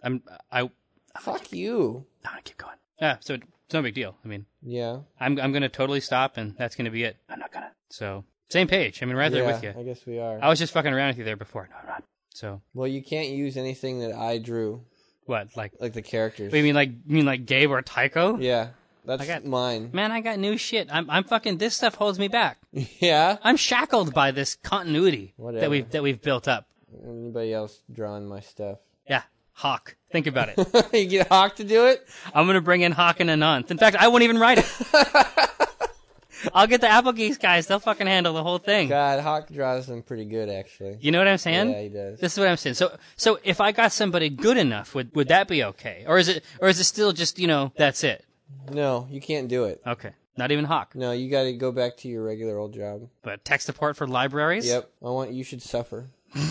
Speaker 1: I'm I I'm
Speaker 2: Fuck you.
Speaker 1: gonna keep going. Yeah, so it's no big deal. I mean,
Speaker 2: Yeah.
Speaker 1: I'm I'm gonna totally stop, and that's gonna be it. I'm not gonna. So same page. I mean, right there
Speaker 2: yeah,
Speaker 1: with Oh. you.
Speaker 2: I guess we are.
Speaker 1: I was just fucking around with you there before. No, I'm not. So
Speaker 2: Well, you can't use anything that I drew,
Speaker 1: what? Like,
Speaker 2: like the characters.
Speaker 1: what, you mean like you mean like Gabe or Tycho?
Speaker 2: Yeah, that's
Speaker 1: I got-
Speaker 2: mine.
Speaker 1: Man, I got new shit. I'm I'm fucking. This stuff holds me back.
Speaker 2: Yeah.
Speaker 1: I'm shackled by this continuity
Speaker 2: Whatever.
Speaker 1: that we've that we've built up.
Speaker 2: Anybody else drawing my stuff?
Speaker 1: Yeah, Hawk. Think about it.
Speaker 2: you get Hawk to do it?
Speaker 1: I'm gonna bring in Hawk and Anant. In fact, I won't even write it. I'll get the Apple Geese guys. They'll fucking handle the whole thing.
Speaker 2: God, Hawk draws them pretty good, actually.
Speaker 1: You know what I'm saying?
Speaker 2: Yeah, he does.
Speaker 1: This is what I'm saying. So, so if I got somebody good enough, would would that be okay, or is it, or is it still just you know that's it?
Speaker 2: No, you can't do it.
Speaker 1: Okay, not even Hawk,
Speaker 2: No, you got to go back to your regular old job.
Speaker 1: but tech support for libraries.
Speaker 2: Yep. I want you should suffer.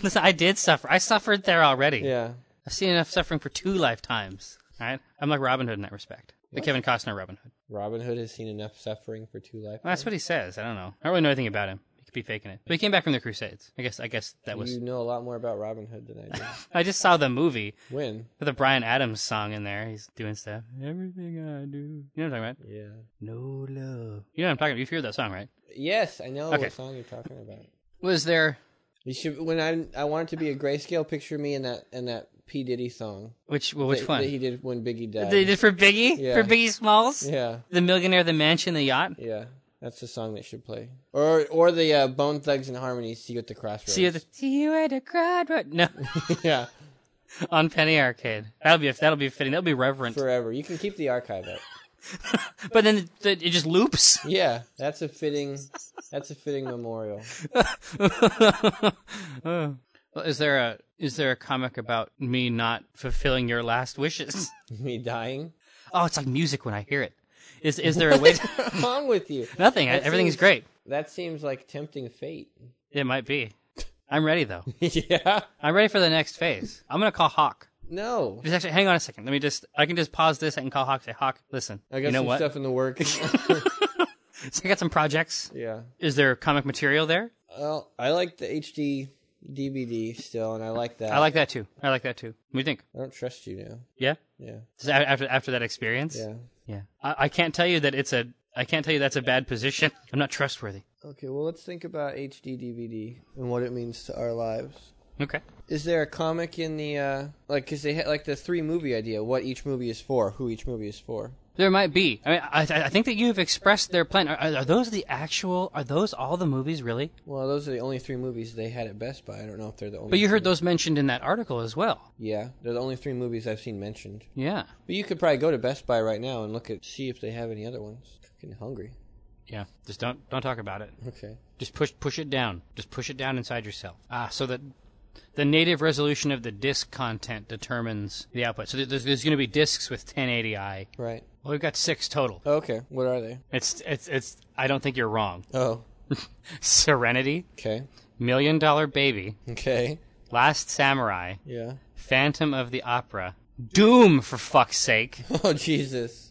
Speaker 1: Listen, I did suffer. I suffered there already.
Speaker 2: Yeah.
Speaker 1: I've seen enough suffering for two lifetimes. All right, I'm like Robin Hood in that respect. The Kevin Costner Robin Hood.
Speaker 2: Robin Hood has seen enough suffering for two
Speaker 1: Well,
Speaker 2: lifetimes.
Speaker 1: that's what he says. I don't know. I don't really know anything about him. He could be faking it. But he came back from the Crusades. I guess. I guess that was.
Speaker 2: You know a lot more about Robin Hood than I do.
Speaker 1: I just saw the movie
Speaker 2: when?
Speaker 1: with a Brian Adams song in there. He's doing stuff. Everything I do. You know what I'm talking about?
Speaker 2: Yeah.
Speaker 1: No love. You know what I'm talking about. You've heard that song, right?
Speaker 2: Yes, I know
Speaker 1: Okay.
Speaker 2: what song you're talking about.
Speaker 1: Was there,
Speaker 2: You should when I I want it to be a grayscale. Picture me in that in that P Diddy song.
Speaker 1: which well, which
Speaker 2: that,
Speaker 1: one?
Speaker 2: that he did when Biggie died?
Speaker 1: they did for Biggie?
Speaker 2: Yeah.
Speaker 1: For Biggie Smalls?
Speaker 2: yeah,
Speaker 1: The millionaire, the mansion, the yacht?
Speaker 2: yeah. That's the song that should play. Or or the uh, Bone Thugs and Harmony. See you at the crossroads.
Speaker 1: See you at the, see you at the crowd. Right? No,
Speaker 2: yeah,
Speaker 1: on Penny Arcade. That'll be, that'll be fitting. That'll be reverent.
Speaker 2: forever. You can keep the archive up.
Speaker 1: But then the, it just loops.
Speaker 2: Yeah, that's a fitting. That's a fitting memorial.
Speaker 1: Oh. Well, is there a is there a comic about me not fulfilling your last wishes?
Speaker 2: me dying.
Speaker 1: Oh, it's like music when I hear it. Is is there a way?
Speaker 2: What's wrong with you?
Speaker 1: Nothing. I, everything's
Speaker 2: seems-
Speaker 1: great.
Speaker 2: That seems like tempting fate.
Speaker 1: It might be. I'm ready though.
Speaker 2: yeah.
Speaker 1: I'm ready for the next phase. I'm gonna call Hawk.
Speaker 2: No.
Speaker 1: Just actually, hang on a second. Let me just. I can just pause this. I can call Hawk. Say Hawk, listen.
Speaker 2: I got
Speaker 1: you know
Speaker 2: some
Speaker 1: what?
Speaker 2: stuff in the works.
Speaker 1: So I got some projects.
Speaker 2: yeah.
Speaker 1: Is there comic material there?
Speaker 2: Well, I like the HD DVD still, and I like that.
Speaker 1: I like that too. I like that too. What do you think?
Speaker 2: I don't trust you now.
Speaker 1: Yeah.
Speaker 2: Yeah,
Speaker 1: Just a- After after that experience.
Speaker 2: yeah.
Speaker 1: Yeah. I, I can't tell you that it's a. I can't tell you that's a bad position. I'm not trustworthy.
Speaker 2: Okay, well, let's think about HD DVD and what it means to our lives.
Speaker 1: Okay.
Speaker 2: Is there a comic in the uh, like? Because they had like the three movie idea, what each movie is for, who each movie is for.
Speaker 1: There might be. I mean, I, I I think that you have expressed their plan. Are, are those the actual? Are those all the movies really?
Speaker 2: Well, those are the only three movies they had at Best Buy. I don't know if they're the only.
Speaker 1: But you heard those mentioned in that article as well.
Speaker 2: Yeah, they're the only three movies I've seen mentioned.
Speaker 1: Yeah.
Speaker 2: But you could probably go to Best Buy right now and look at see if they have any other ones. Fucking hungry.
Speaker 1: Yeah. Just don't don't talk about it.
Speaker 2: Okay.
Speaker 1: Just push push it down. Just push it down inside yourself. Ah, so that the native resolution of the disk content determines the output. So there- there's, there's going to be disks with 1080i.
Speaker 2: Right. Oh,
Speaker 1: Well, we've got six total.
Speaker 2: Okay. What are they?
Speaker 1: It's it's it's. I don't think you're wrong.
Speaker 2: Oh.
Speaker 1: Serenity,
Speaker 2: Okay.
Speaker 1: Million Dollar Baby,
Speaker 2: Okay.
Speaker 1: Last Samurai,
Speaker 2: Yeah.
Speaker 1: Phantom of the Opera, Doom for fuck's sake.
Speaker 2: Oh Jesus.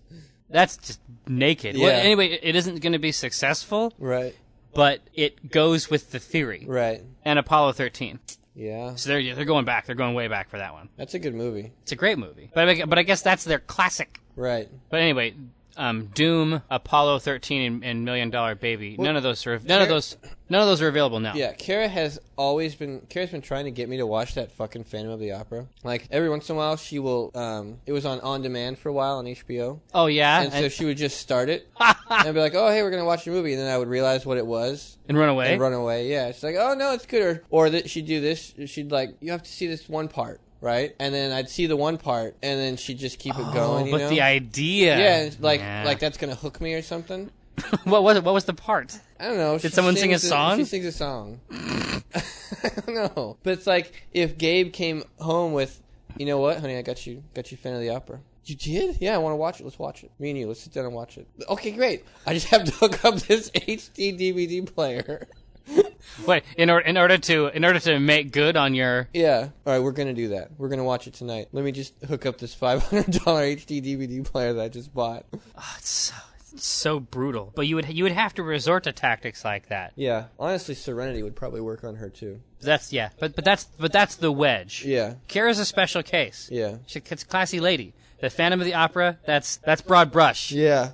Speaker 1: That's just naked. Well,
Speaker 2: Yeah.
Speaker 1: anyway, it- it isn't going to be successful,
Speaker 2: Right.
Speaker 1: but it goes with the theory.
Speaker 2: Right.
Speaker 1: And Apollo 13.
Speaker 2: Yeah.
Speaker 1: So they're they're going back. They're going way back for that one.
Speaker 2: That's a good movie.
Speaker 1: It's a great movie, but I, but I guess that's their classic.
Speaker 2: Right.
Speaker 1: But anyway, um, Doom, Apollo 13, and, and Million Dollar Baby. none of those are none of those none of those are available now.
Speaker 2: Yeah, Kara has always been Kara's been trying to get me to watch that fucking Phantom of the Opera. Like every once in a while she will um it was on on demand for a while on HBO.
Speaker 1: Oh yeah,
Speaker 2: And
Speaker 1: and,
Speaker 2: so she would just start it and be like, "Oh, hey, we're going to watch a movie." And then I would realize what it was
Speaker 1: and Run Away.
Speaker 2: and run away. Yeah, it's like, "Oh, no, it's good." Or or that she'd do this, she'd like, "You have to see this one part." Right, and then I'd see the one part, and then she'd just keep it going.
Speaker 1: oh,
Speaker 2: You
Speaker 1: but
Speaker 2: know?
Speaker 1: the idea.
Speaker 2: yeah, and it's like
Speaker 1: Yeah.
Speaker 2: like that's gonna hook me or something.
Speaker 1: what was it? What was the part?
Speaker 2: I don't know. Did
Speaker 1: someone sing a song?
Speaker 2: She sings a song. I don't know. But it's like if Gabe came home with, you know what, honey, I got you, got you fan of the opera. You did? Yeah, I want to watch it. Let's watch it. Me and you. Let's sit down and watch it. Okay, great. I just have to hook up this HD DVD player.
Speaker 1: Wait, in order in order to in order to make good on your
Speaker 2: Yeah. All right, we're gonna do that. We're gonna watch it tonight. Let me just hook up this five hundred dollar HD DVD player that I just bought.
Speaker 1: oh, it's so it's so brutal. But you would you would have to resort to tactics like that.
Speaker 2: Yeah. Honestly, Serenity would probably work on her too.
Speaker 1: That's yeah. But but that's but that's the wedge.
Speaker 2: Yeah.
Speaker 1: Kira's a special case.
Speaker 2: Yeah.
Speaker 1: She's a classy lady. The Phantom of the Opera, that's that's broad brush.
Speaker 2: Yeah.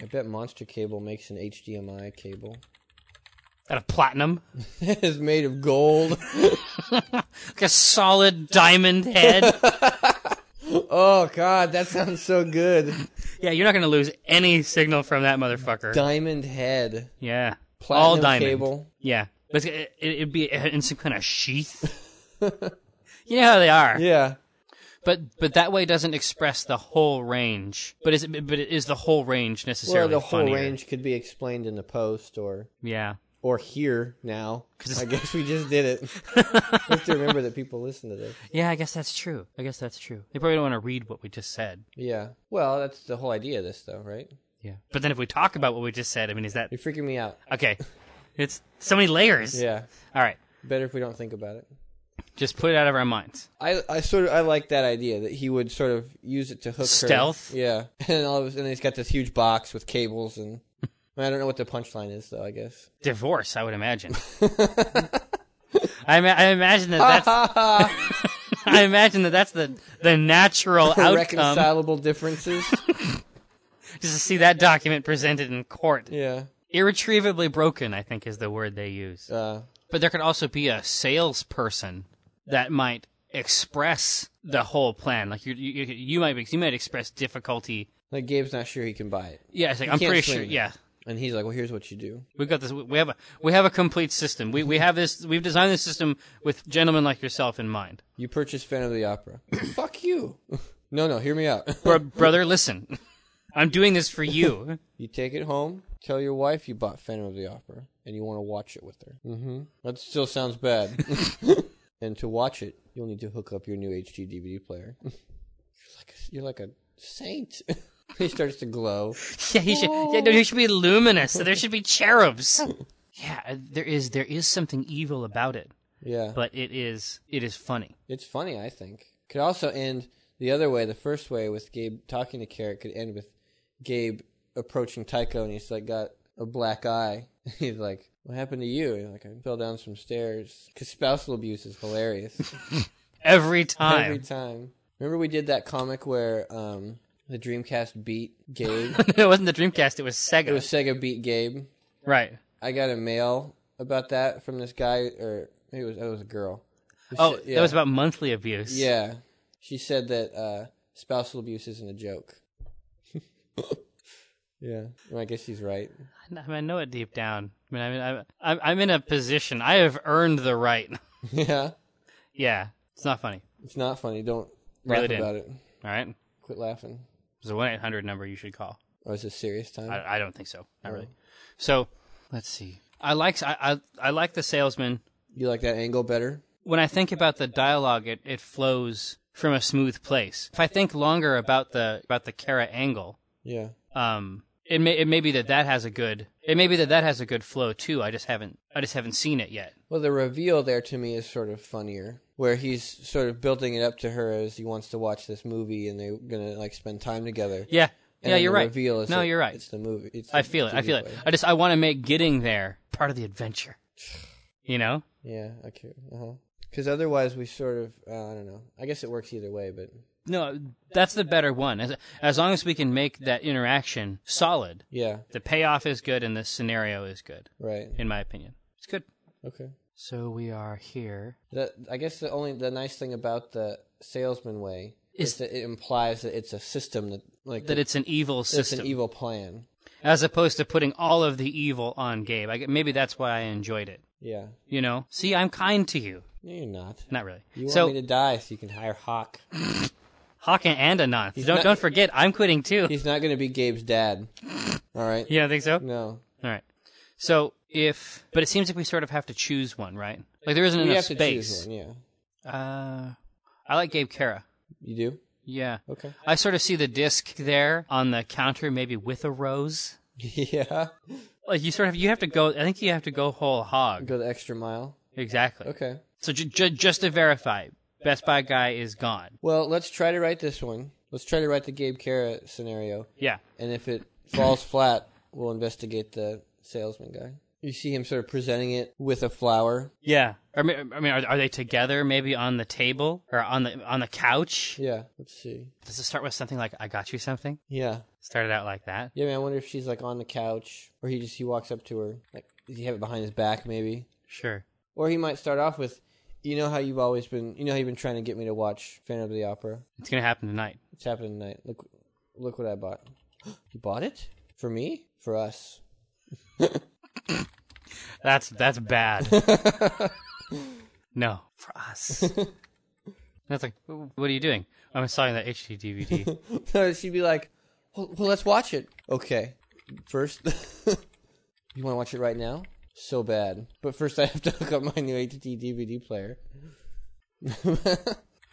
Speaker 2: I bet Monster Cable makes an HDMI cable.
Speaker 1: Out of platinum.
Speaker 2: It is made of gold.
Speaker 1: Like a solid diamond head.
Speaker 2: Oh God, that sounds so good.
Speaker 1: yeah, you're not gonna lose any signal from that motherfucker.
Speaker 2: Diamond head,
Speaker 1: yeah.
Speaker 2: platinum
Speaker 1: All diamond.
Speaker 2: cable.
Speaker 1: Yeah. But it, it, would be in some kind of sheath. you know how they are.
Speaker 2: Yeah.
Speaker 1: But but that way doesn't express the whole range. But is it, but it is the whole range
Speaker 2: Well,
Speaker 1: necessarily
Speaker 2: the whole
Speaker 1: funnier?
Speaker 2: range could be explained in the post or
Speaker 1: Yeah.
Speaker 2: or here now. I guess we just did it. we have to remember that people listen to this.
Speaker 1: Yeah, I guess that's true. I guess that's true. They probably don't want to read what we just said.
Speaker 2: Yeah. Well, that's the whole idea of this, though, right?
Speaker 1: Yeah. But then if we talk about what we just said, I mean, is that
Speaker 2: You're freaking me out.
Speaker 1: okay? It's so many layers.
Speaker 2: Yeah.
Speaker 1: All right.
Speaker 2: Better if we don't think about it.
Speaker 1: Just put it out of our minds.
Speaker 2: I, I sort of I like that idea that he would sort of use it to hook her.
Speaker 1: Stealth?
Speaker 2: Yeah, and all of a sudden he's got this huge box with cables and I don't know what the punchline is though. I guess.
Speaker 1: Divorce, I would imagine. I, ma- I imagine that that's I imagine that that's the the natural outcome.
Speaker 2: Irreconcilable differences.
Speaker 1: Just to see that document presented in court,
Speaker 2: yeah.
Speaker 1: irretrievably broken, I think is the word they use.
Speaker 2: Uh,
Speaker 1: But there could also be a salesperson that might express the whole plan. Like you, you, you might you might express difficulty.
Speaker 2: like Gabe's not sure he can buy it,
Speaker 1: Yeah, it's like, I'm
Speaker 2: can't
Speaker 1: pretty
Speaker 2: swing
Speaker 1: sure.
Speaker 2: it.
Speaker 1: Yeah,
Speaker 2: and he's like, "Well, here's what you do."
Speaker 1: We've got this. We have a we have a complete system. We we have this. We've designed this system with gentlemen like yourself in mind,
Speaker 2: You purchase Phantom of the Opera. Fuck you. no, no. Hear me out.
Speaker 1: Bro- brother. Listen, I'm doing this for you.
Speaker 2: you take it home. Tell your wife you bought Phantom of the Opera, and you want to watch it with her. Mm-hmm. That still sounds bad. and to watch it, you'll need to hook up your new HD DVD player. you're like a, you're like a saint. he starts to glow.
Speaker 1: yeah, he should. Yeah, no, he should be luminous. So there should be cherubs. Yeah, uh, there is there is something evil about it,
Speaker 2: Yeah.
Speaker 1: but it is it is funny.
Speaker 2: It's funny, I think. Could also end the other way, the first way with Gabe talking to Carrot could end with Gabe approaching Tycho and he's like got a black eye. he's like, What happened to you? And you're like, I fell down some stairs. Because spousal abuse is hilarious.
Speaker 1: Every time.
Speaker 2: Every time. Remember we did that comic where um, the Dreamcast beat Gabe?
Speaker 1: it wasn't the Dreamcast. It was Sega.
Speaker 2: it was Sega beat Gabe.
Speaker 1: right.
Speaker 2: I got a mail about that from this guy or maybe it was, it was a girl. Who
Speaker 1: Oh,
Speaker 2: said-
Speaker 1: that was about monthly abuse.
Speaker 2: Yeah. She said that uh, spousal abuse isn't a joke. yeah. Well, I guess she's right.
Speaker 1: I mean, I know it deep down. I mean, I mean, I'm- I'm I'm in a position. I have earned the right.
Speaker 2: yeah.
Speaker 1: yeah, it's not funny.
Speaker 2: It's not funny. Don't
Speaker 1: Reel
Speaker 2: laugh
Speaker 1: it in.
Speaker 2: about it.
Speaker 1: All right.
Speaker 2: Quit laughing.
Speaker 1: It's a one eight hundred number you should call.
Speaker 2: Oh, is this serious time?
Speaker 1: I, I don't think so. Not really. So let's see. I like I, I I like the salesman.
Speaker 2: you like that angle better?
Speaker 1: When I think about the dialogue, it, it flows from a smooth place. If I think longer about the about the Kara angle,
Speaker 2: Yeah.
Speaker 1: um, it may it may be that that has a good it may be that that has a good flow too. I just haven't I just haven't seen it yet.
Speaker 2: Well, the reveal there to me is sort of funnier, where he's sort of building it up to her as he wants to watch this movie and they're going to like spend time together.
Speaker 1: Yeah, yeah,
Speaker 2: And then
Speaker 1: you're
Speaker 2: the
Speaker 1: right.
Speaker 2: Reveal is
Speaker 1: no,
Speaker 2: that
Speaker 1: you're right.
Speaker 2: It's the movie. It's
Speaker 1: I
Speaker 2: the
Speaker 1: feel it. I
Speaker 2: TV
Speaker 1: feel it.
Speaker 2: play.
Speaker 1: I just I want to make getting there part of the adventure. You know.
Speaker 2: Yeah. Okay. Uh huh. Because otherwise, we sort of uh, I don't know. I guess it works either way, but
Speaker 1: No, that's the better one. As as long as we can make that interaction solid,
Speaker 2: yeah.
Speaker 1: the payoff is good and the scenario is good,
Speaker 2: Right.
Speaker 1: in my opinion. It's good.
Speaker 2: Okay.
Speaker 1: So we are here.
Speaker 2: The, I guess the only the nice thing about the salesman way is,
Speaker 1: Is-
Speaker 2: that it implies that it's a system that like
Speaker 1: That it's an evil
Speaker 2: it's
Speaker 1: system,
Speaker 2: an e- evil plan.
Speaker 1: as opposed to putting all of the evil on Gabe. I, gu- maybe that's why I enjoyed it.
Speaker 2: Yeah.
Speaker 1: You know, see, I'm kind to you.
Speaker 2: No, you're not.
Speaker 1: Not really.
Speaker 2: You
Speaker 1: so
Speaker 2: want me to die so you can hire Hawk.
Speaker 1: Hawk and- and Anant. Don't
Speaker 2: not-
Speaker 1: don't forget, I'm quitting too.
Speaker 2: He's Mm. not going to be Gabe's dad. All right.
Speaker 1: You don't think so?
Speaker 2: No.
Speaker 1: All right. So if, but it seems like we sort of have to choose one, right? Like there isn't
Speaker 2: You
Speaker 1: enough
Speaker 2: have to
Speaker 1: space.
Speaker 2: choose one. Yeah.
Speaker 1: Uh, I like Gabe Kara.
Speaker 2: You do.
Speaker 1: Yeah.
Speaker 2: Okay.
Speaker 1: I sort of see the disc there on the counter, maybe with a rose.
Speaker 2: yeah.
Speaker 1: like you sort of you have to go. I think you have to go whole hog.
Speaker 2: Go the extra mile.
Speaker 1: Exactly.
Speaker 2: Okay.
Speaker 1: So ju- ju- just to verify, Best Buy guy is gone.
Speaker 2: Well, let's try to write this one. Let's try to write the Gabe Kara scenario,
Speaker 1: Yeah.
Speaker 2: and if it falls flat, we'll investigate the salesman guy. You see him sort of presenting it with a flower.
Speaker 1: Yeah. I mean, I mean, are, are they together? Maybe on the table or on the on the couch?
Speaker 2: Yeah. Let's see.
Speaker 1: Does it start with something like "I got you something"?
Speaker 2: Yeah.
Speaker 1: Started out like that.
Speaker 2: Yeah, I mean, I wonder if she's like on the couch, or he just he walks up to her. Like, does he have it behind his back, maybe?
Speaker 1: Sure.
Speaker 2: Or he might start off with, "You know how you've always been, you know how you've been trying to get me to watch Phantom of the Opera.
Speaker 1: It's gonna happen tonight.
Speaker 2: It's happening tonight. Look, look what I bought. you bought it for me, for us.
Speaker 1: That's that's bad. no, for us. That's like, what are you doing? I'm installing that HD DVD.
Speaker 2: So she'd be like, well, well, let's watch it. Okay, first, you want to watch it right now? So bad. But first, I have to hook up my new HD DVD player.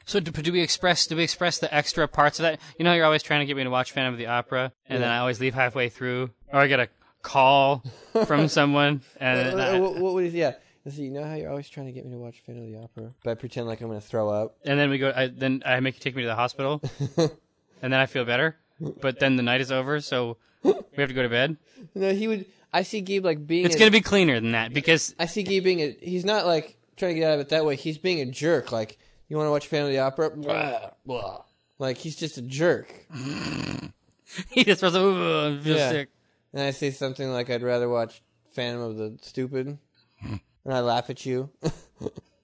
Speaker 1: so do, do we express do we express the extra parts of that? You know, you're always trying to get me to watch Phantom of the Opera, and then I always leave halfway through, or I get a call from someone, and
Speaker 2: Uh,
Speaker 1: then I-
Speaker 2: what, what was yeah? Let's See, you know how you're always trying to get me to watch Phantom of the Opera, but I pretend like I'm gonna throw up.
Speaker 1: and then we go. I, then I make you take me to the hospital, and then I feel better. But then the night is over, so we have to go to bed.
Speaker 2: No, he would. I see Gabe like being.
Speaker 1: It's
Speaker 2: a-
Speaker 1: gonna be cleaner than that because
Speaker 2: I see Gabe being. A, he's not like trying to get out of it that way. He's being a jerk. Like you want to watch Phantom of the Opera? Blah, blah. Like he's just a jerk.
Speaker 1: he just feels, "Ugh, I feel
Speaker 2: Yeah.
Speaker 1: sick.
Speaker 2: And I say something like, "I'd rather watch Phantom of the Stupid," and I laugh at you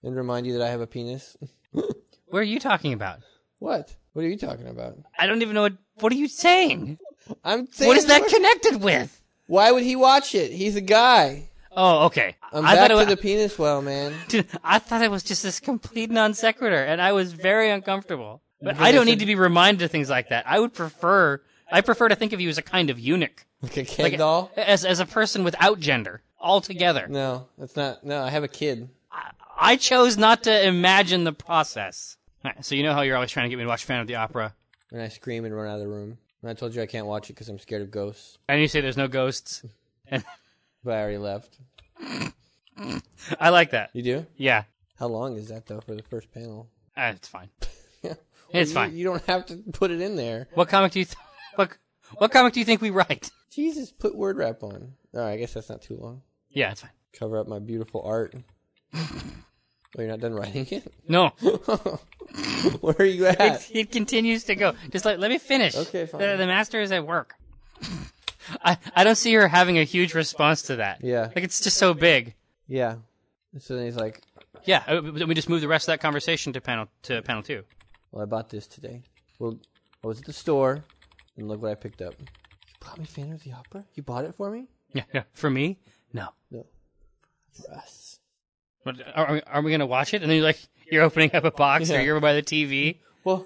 Speaker 2: and remind you that I have a penis.
Speaker 1: What are you talking about?
Speaker 2: What? What are you talking about?
Speaker 1: I don't even know what. What are you saying?
Speaker 2: I'm. Saying
Speaker 1: What is that
Speaker 2: what-
Speaker 1: connected with?
Speaker 2: Why would he watch it? He's a guy.
Speaker 1: Oh, okay.
Speaker 2: I'm
Speaker 1: I
Speaker 2: back
Speaker 1: thought
Speaker 2: to
Speaker 1: it was,
Speaker 2: the penis well, man.
Speaker 1: I thought it was just this complete non sequitur, and I was very uncomfortable. But
Speaker 2: think
Speaker 1: I
Speaker 2: they
Speaker 1: don't need
Speaker 2: should-
Speaker 1: to be reminded of things like that. I would prefer. I prefer to think of you as a kind of eunuch,
Speaker 2: Like a keg
Speaker 1: like
Speaker 2: doll?
Speaker 1: as as a person without gender altogether.
Speaker 2: No, that's not. No, I have a kid.
Speaker 1: I, I chose not to imagine the process. All right, so you know how you're always trying to get me to watch Phantom of the Opera,
Speaker 2: And I scream and run out of the room. And I told you I can't watch it because I'm scared of ghosts.
Speaker 1: and you say there's no ghosts.
Speaker 2: But I already left.
Speaker 1: I like that.
Speaker 2: You do?
Speaker 1: Yeah,
Speaker 2: How long is that though for the first panel?
Speaker 1: uh, it's fine.
Speaker 2: Well,
Speaker 1: It's
Speaker 2: you-
Speaker 1: fine.
Speaker 2: You don't have to put it in there.
Speaker 1: What comic do you th- what What comic do you think we write?
Speaker 2: Jesus, put word wrap on. All right, I guess that's not too long.
Speaker 1: Yeah, it's fine.
Speaker 2: Cover up my beautiful art. Oh, you're not done writing it.
Speaker 1: No,
Speaker 2: Where are you at?
Speaker 1: it, it continues to go. Just let let me finish.
Speaker 2: Okay, fine.
Speaker 1: The, the master is at work. I I don't see her having a huge response to that.
Speaker 2: Yeah.
Speaker 1: like it's just so big.
Speaker 2: Yeah. So then he's like,
Speaker 1: Yeah, I- we just move the rest of that conversation to panel to panel two.
Speaker 2: "Well, I bought this today. Well, I was at the store, and look what I picked up. You bought me Phantom of the Opera. You bought it for me.
Speaker 1: Yeah, yeah. For me, no.
Speaker 2: No, for us.
Speaker 1: But are, we- are we gonna watch it? And then you're like, you're opening up a box,
Speaker 2: Yeah.
Speaker 1: or you're over by the TV,
Speaker 2: Well,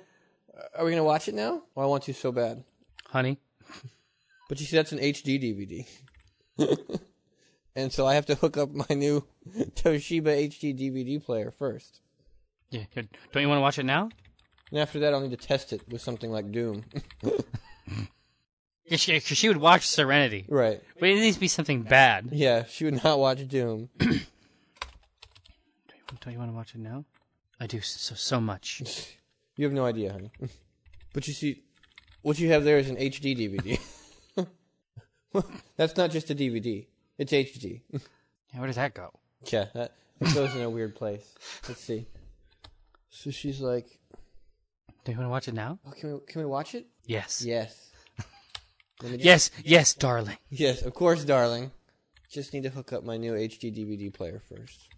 Speaker 2: are we gonna watch it now? Well, I want to so bad.
Speaker 1: honey.
Speaker 2: But you see, that's an HD DVD. and so I have to hook up my new Toshiba HD DVD player first.
Speaker 1: Yeah, yeah. don't you want to watch it now?
Speaker 2: And after that, I'll need to test it with something like Doom.
Speaker 1: Because she, 'cause she would watch Serenity.
Speaker 2: right.
Speaker 1: But it needs to be something bad.
Speaker 2: Yeah, she would not watch Doom.
Speaker 1: Don't you want to watch it now? I do so so much.
Speaker 2: You have no idea, honey. but you see, what you have there is an HD DVD. that's not just a DVD, it's HD.
Speaker 1: Yeah, where does that go?
Speaker 2: Yeah, that, that goes in a weird place. Let's see. So she's like,
Speaker 1: Do you want to watch it now?
Speaker 2: oh, can, we, can we watch it?
Speaker 1: Yes.
Speaker 2: Yes. Let me just-
Speaker 1: Yes, yes, darling.
Speaker 2: Yes, of course, darling. Just need to hook up my new HD DVD player first.